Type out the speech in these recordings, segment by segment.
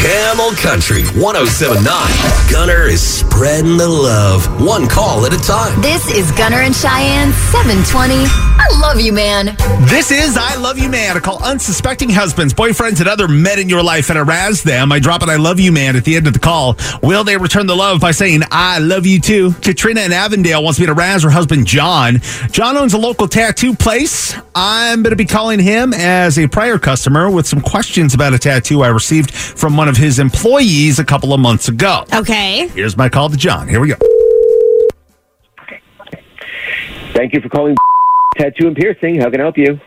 Camel Country 1079. Gunner is spreading the love, one call at a time. This is Gunner and Cheyenne 720. I love you, man. This is I Love You Man, a call unsuspecting husbands, boyfriends, and other men in your life, and I razz them. I drop an I Love You Man at the end of the call. Will they return the love by saying, I love you too? Katrina in Avondale wants me to razz her husband, John. John owns a local tattoo place. I'm going to be calling him as a prior customer with some questions about a tattoo I received from one of his employees a couple of months ago. Okay. Here's my call to John. Here we go. Thank you for calling Tattoo and Piercing. How can I help you?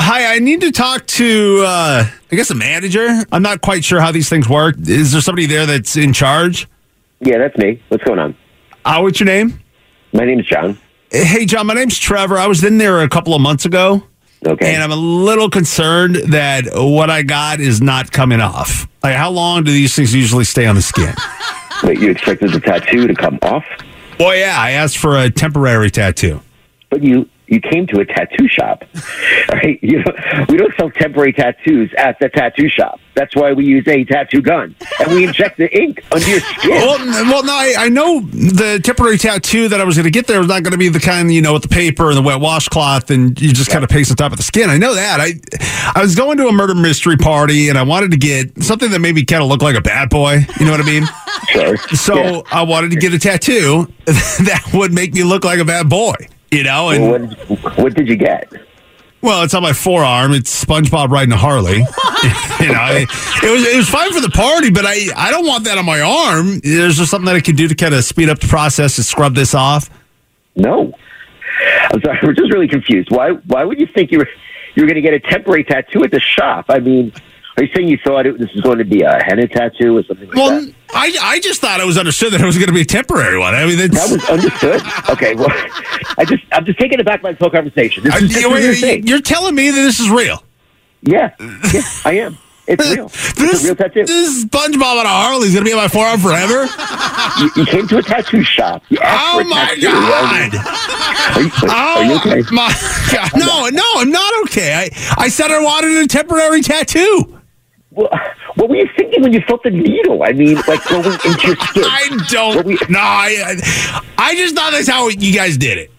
Hi, I need to talk to, uh, I guess, a manager. I'm not quite sure how these things work. Is there somebody there that's in charge? Yeah, that's me. What's going on? Uh, what's your name? My name is John. Hey, John, my name's Trevor. I was in there a couple of months ago, Okay. and I'm a little concerned that what I got is not coming off. Like, how long do these things usually stay on the skin? Wait, you expected the tattoo to come off? Well, yeah, I asked for a temporary tattoo. But you you came to a tattoo shop. All right? You don't, we don't sell temporary tattoos at the tattoo shop. That's why we use a tattoo gun. And we inject the ink under your skin. Well, n- well, no, I, I know the temporary tattoo that I was going to get there was not going to be the kind you know with the paper and the wet washcloth and you just kind of paste on top of the skin. I know that. I I was going to a murder mystery party and I wanted to get something that made me kind of look like a bad boy. You know what I mean? Sure. So Yeah. I wanted to get a tattoo that would make me look like a bad boy. You know, and What, what did you get? well, it's on my forearm. It's SpongeBob riding a Harley. you know, I, it was it was fine for the party, but I I don't want that on my arm. There's just something that I could do to kind of speed up the process to scrub this off. No. I'm sorry, we're just really confused. Why why would you think you were you were gonna get a temporary tattoo at the shop? I mean are you saying you thought it, this was going to be a henna tattoo or something like that? Well, I I just thought it was understood that it was going to be a temporary one. I mean, That that's. was understood. Okay, well, I just I'm just taking it back by this whole conversation. This I- is, this Uh, wait, is your wait, thing. you're telling me that this is real. Yeah, yeah, I am. It's real. it's This, a real tattoo. this SpongeBob on a Harley is going to be on my forearm forever. you, you came to a tattoo shop. You asked for oh a my tattoo. I god! mean, Are you, are you Oh okay? my god! No, no, I'm not okay. I I said I wanted a temporary tattoo. Well, what were you thinking when you felt the needle? I mean, like going into your skin. I don't. No, I I- I just thought that's how you guys did it.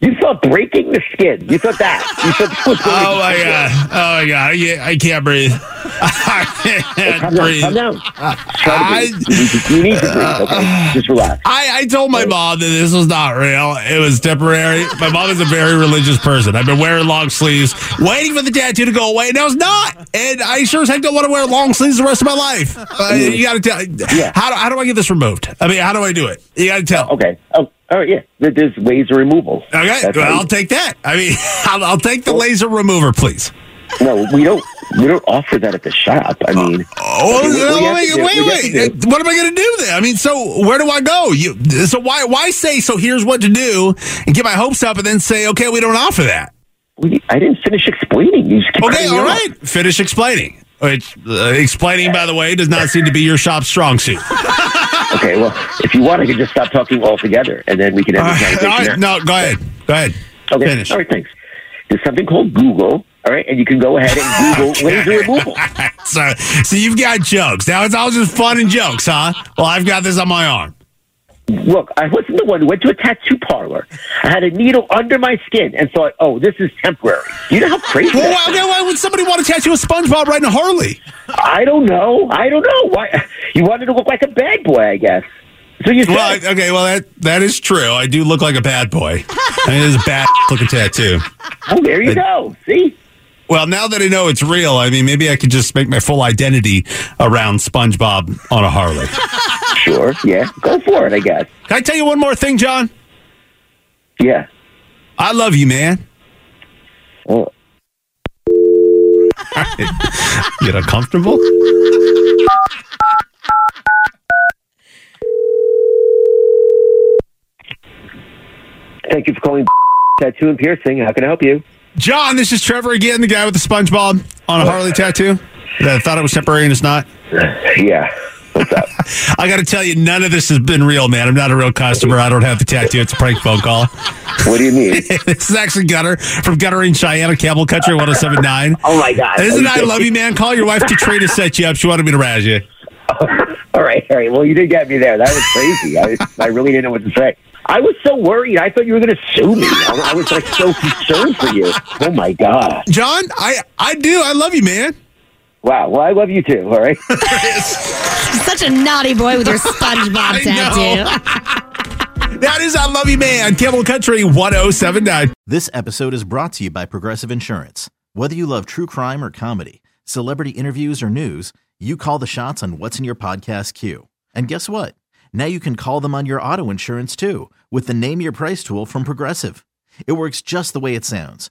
You thought breaking the skin. You thought that. You thought that was going Oh into my the skin. god! Oh my god! I can't, I can't breathe. I can't Calm down. Calm breathe. down. Try to I- breathe. You need to breathe. Okay, just relax. I, I told my mom that this was not real. It was temporary. My mom is a very religious person. I've been wearing long sleeves, waiting for the tattoo to go away. Now it's not. And I sure as heck don't want to wear long sleeves the rest of my life. Uh, you got to tell. Yeah. How, do, how do I get this removed? I mean, how do I do it? You got to tell. Okay. Oh, all right. Yeah. There- There's ways of removal. Okay. That's how well, you- I'll take that. I mean, I'll, I'll take the laser remover, please. No, we don't. We don't offer that at the shop. I mean, Oh, Okay, what- what do you have wait, to do? What do you have wait, to wait. What am I going to do then? I mean, so where do I go? You so why why say so? Here's what to do, and get my hopes up, and then say, okay, we don't offer that. we, I didn't finish explaining. You just keep Okay, cutting me all off. right. Finish explaining. Which uh, explaining, by the way, does not seem to be your shop's strong suit. Okay, well, if you want, I can just stop talking altogether, and then we can end All the right, conversation. all right, there. no, go ahead, go ahead. okay, finish. all right, thanks. There's something called Google. All right, and you can go ahead and Google laser removal. so, so you've got jokes. Now it's all just fun and jokes, huh? Well, I've got this on my arm. Look, I wasn't the one who went to a tattoo parlor. I had a needle under my skin and thought, "Oh, this is temporary." You know how crazy? Well, that why, now why would somebody want to tattoo a SpongeBob right in a Harley? I don't know. I don't know why. You wanted to look like a bad boy, I guess. So you said, Well, I- okay, well that that is true. I do look like a bad boy. I mean, it is a bad looking tattoo. "Oh, there you go." See. Well, now that I know it's real, I mean, maybe I could just make my full identity around SpongeBob on a Harley. Sure. Yeah. Go for it, I guess. Can I tell you one more thing, John? Yeah. I love you, man. Well, Get uncomfortable? Thank you for calling Tattoo and Piercing. How can I help you? John, this is Trevor again, the guy with the SpongeBob on a Harley tattoo that I thought it was temporary and it's not. Yeah. What's up? I got to tell you, none of this has been real, man. I'm not a real customer. I don't have the tattoo. It's a prank phone call. what do you mean? this is actually Gunner from Gunner and Cheyenne on Campbell Country 1079. Oh my God. This is an I Okay. Love You Man. Call your wife Katrina set you up. She wanted me to razz you. All right, all right. Well, you did get me there. That was crazy. I, I really didn't know what to say. I was so worried. I thought you were going to sue me. I, I was like so concerned for you. Oh my god! John, I, I do. I love you, man. Wow. Well, I love you too. All right. Such a naughty boy with your SpongeBob know. tattoo. That is I Love You Man, Campbell Country 1079. This episode is brought to you by Progressive Insurance. Whether you love true crime or comedy, celebrity interviews or news, you call the shots on what's in your podcast queue. And guess what? Now you can call them on your auto insurance too with the Name Your Price tool from Progressive. It works just the way it sounds.